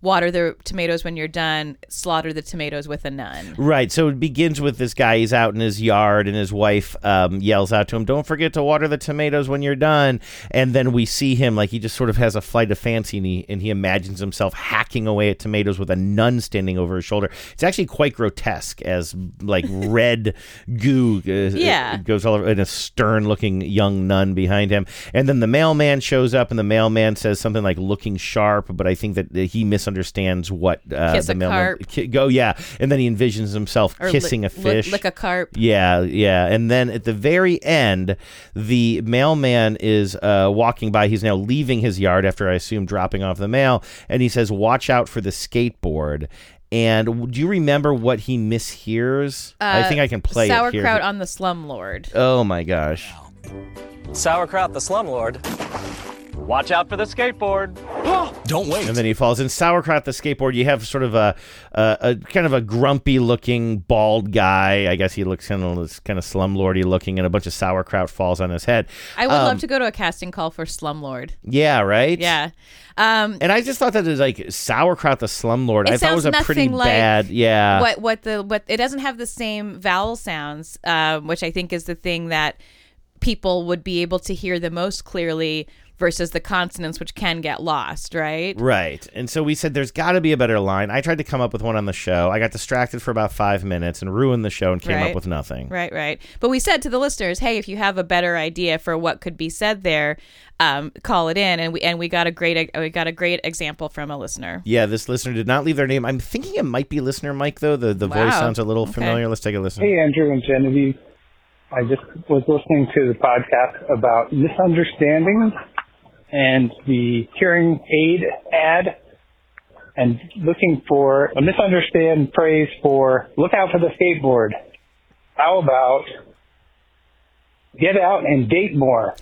H: Water the tomatoes when you're done. Slaughter the tomatoes with a nun.
E: Right. So it begins with this guy. He's out in his yard, and his wife um, yells out to him, Don't forget to water the tomatoes when you're done. And then we see him, like, he just sort of has a flight of fancy, and he, and he imagines himself hacking away at tomatoes with a nun standing over his shoulder. It's actually quite grotesque as, like, red goo uh,
H: Yeah.
E: it goes all over, and a stern looking young nun behind him. And then the mailman shows up, and the mailman says something like, Looking sharp, but I think that he misunderstands what uh,
H: Kiss
E: the
H: a
E: mailman.
H: carp.
E: Ki- go yeah and then he envisions himself
H: Or lick-
E: kissing a
H: lick-
E: fish
H: lick a carp.
E: yeah yeah and then at the very end the mailman is uh, walking by he's now leaving his yard after i assume dropping off the mail and he says watch out for the skateboard and w- do you remember what he mishears i
H: Uh,
E: think i can play it here.
H: sauerkraut on the slumlord.
E: oh my gosh
Q: Sauerkraut the slumlord. Watch out for the skateboard. Don't wait.
E: And then he falls in sauerkraut the skateboard. You have sort of a, a, a kind of a grumpy looking bald guy. I guess he looks kind of kind of slumlordy looking, and a bunch of sauerkraut falls on his head.
H: I would
E: Um,
H: love to go to a casting call for slumlord.
E: Yeah, right.
H: Yeah. Um,
E: And I just thought that it was like sauerkraut the slumlord.
H: It
E: I thought it was a
H: sounds
E: pretty
H: nothing like
E: bad. Yeah.
H: what what the what it doesn't have the same vowel sounds, um, which I think is the thing that people would be able to hear the most clearly versus the consonants, which can get lost, right?
E: Right. And so we said there's got to be a better line. I tried to come up with one on the show. I got distracted for about five minutes and ruined the show and came
H: Right.
E: up with nothing.
H: Right, right. But we said to the listeners, hey, if you have a better idea for what could be said there, um, call it in, and we and we got a great we got a great example from a listener.
E: Yeah, this listener did not leave their name. I'm thinking it might be listener Mike though. The the voice
H: Wow.
E: sounds a little
H: Okay.
E: familiar. Let's take a listen.
R: Hey, Andrew and Genevieve. I just was listening to the podcast about misunderstandings and the hearing aid ad. and looking for a misunderstand phrase for look out for the skateboard. How about get out and date more?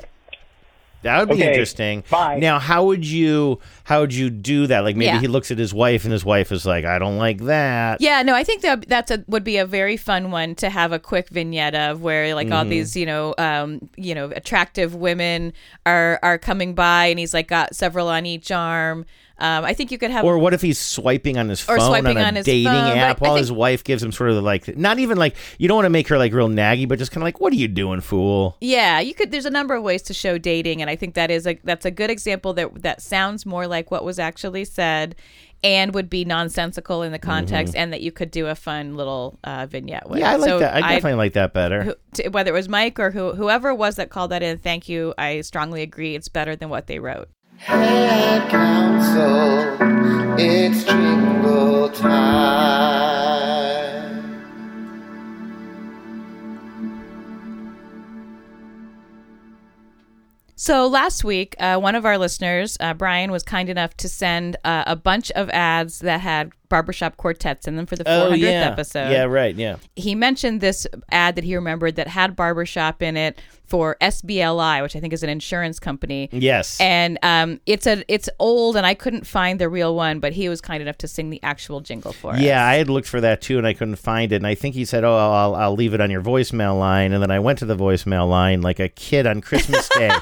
E: That would be
R: Okay,
E: interesting.
R: bye.
E: Now, how would you how would you do that? Like maybe
H: Yeah.
E: he looks at his wife and his wife is like, "I don't like that."
H: Yeah, no, I think that that's a, would be a very fun one to have a quick vignette of where like all
E: Mhm.
H: these you know um, you know attractive women are are coming by, and he's like got several on each arm. Um, I think you could have
E: Or what if he's swiping on his
H: Or
E: phone on
H: swiping
E: a
H: on his
E: dating
H: phone,
E: app
H: like, I
E: while
H: think-
E: his wife gives him sort of like not even like you don't want to make her like real naggy, but just kind of like, "What are you doing, fool?"
H: Yeah, you could. There's a number of ways to show dating, and I think that is a that's a good example that that sounds more like what was actually said, and would be nonsensical in the context,
E: Mhm.
H: and that you could do a fun little uh, vignette with.
E: yeah, I like
H: So
E: that. I definitely like that better.
H: who, to, whether it was Mike or who, whoever it was that called that in, thank you. I strongly agree. It's better than what they wrote.
A: Head council, it's jingle time.
H: So last week, uh, one of our listeners, uh, Brian, was kind enough to send uh, a bunch of ads that had barbershop quartets in them for the 400th
E: oh yeah,
H: episode.
E: yeah, right, yeah.
H: he mentioned this ad that he remembered that had barbershop in it for SBLI, which I think is an insurance company.
E: Yes.
H: And um, it's a it's old, and I couldn't find the real one, but he was kind enough to sing the actual jingle for it.
E: Yeah, I had looked for that too, and I couldn't find it. And I think he said, "Oh, I'll, I'll leave it on your voicemail line." And then I went to the voicemail line like a kid on Christmas Day,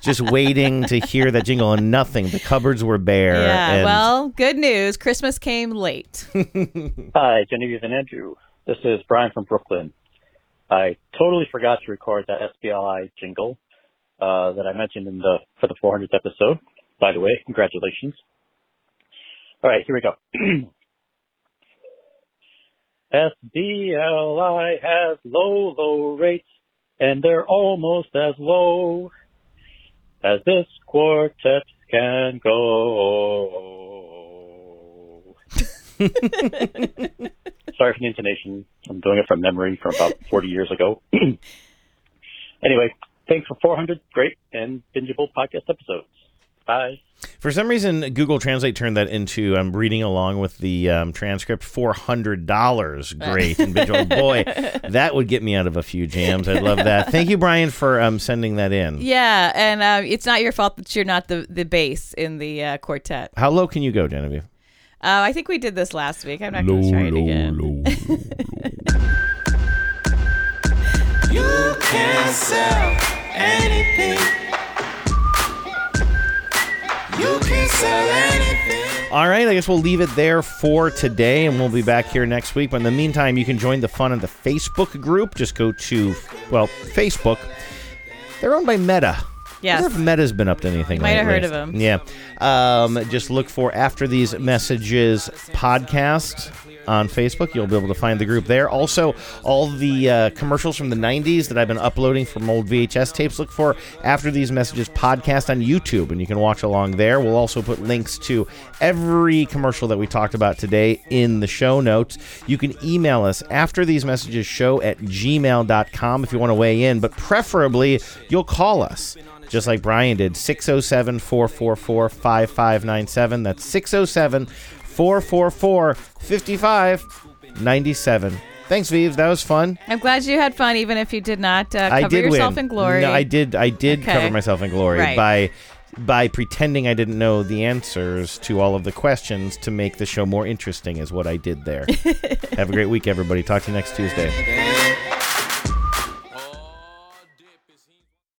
E: just waiting to hear that jingle, and nothing. The cupboards were bare.
H: Yeah,
E: and-
H: well, good news. Christmas came late.
N: Hi, Genevieve and Andrew. This is Brian from Brooklyn. I totally forgot to record that SBLI jingle uh, that I mentioned in the for the 400th episode. By the way, congratulations. All right, here we go. SBLI has low, low rates, and they're almost as low as this quartet can go. Sorry for the intonation. I'm doing it from memory from about 40 years ago. anyway, thanks for 400 great and bingeable podcast episodes. Bye.
E: For some reason, Google Translate turned that into I'm reading along with the um, transcript. Four hundred dollars, great individual. Boy, that would get me out of a few jams. I'd love that. Thank you, Brian, for um, sending that in.
H: yeah, and uh, it's not your fault that you're not the the bass in the uh, quartet.
E: How low can you go, Genevieve?
H: Uh, I think we did this last week. I'm not going to try it again.
A: You can sell anything. You can sell anything.
E: All right, I guess we'll leave it there for today, and we'll be back here next week. But in the meantime, you can join the fun in the Facebook group. Just go to, well, Facebook. They're owned by Meta. I
H: Yes.
E: wonder if Meta's been up to anything.
H: You might have
E: lately.
H: heard of 'em.
E: Yeah. Um, just look for After These Messages podcast on Facebook. You'll be able to find the group there. Also, all the uh, commercials from the 90s that I've been uploading from old VHS tapes, look for After These Messages podcast on YouTube, and you can watch along there. We'll also put links to every commercial that we talked about today in the show notes. You can email us after these messages show at gmail.com if you want to weigh in, but preferably you'll call us just like Brian did. 607 444 5597. That's 607 444 5597. Thanks, Vive. That was fun.
H: I'm glad you had fun, even if you did not uh, cover
E: I did
H: yourself
E: win.
H: in glory.
E: No, I did. I did
H: Okay.
E: cover myself in glory
H: Right.
E: by by pretending I didn't know the answers to all of the questions to make the show more interesting. Is what I did there. Have a great week, everybody. Talk to you next Tuesday.
A: Anything.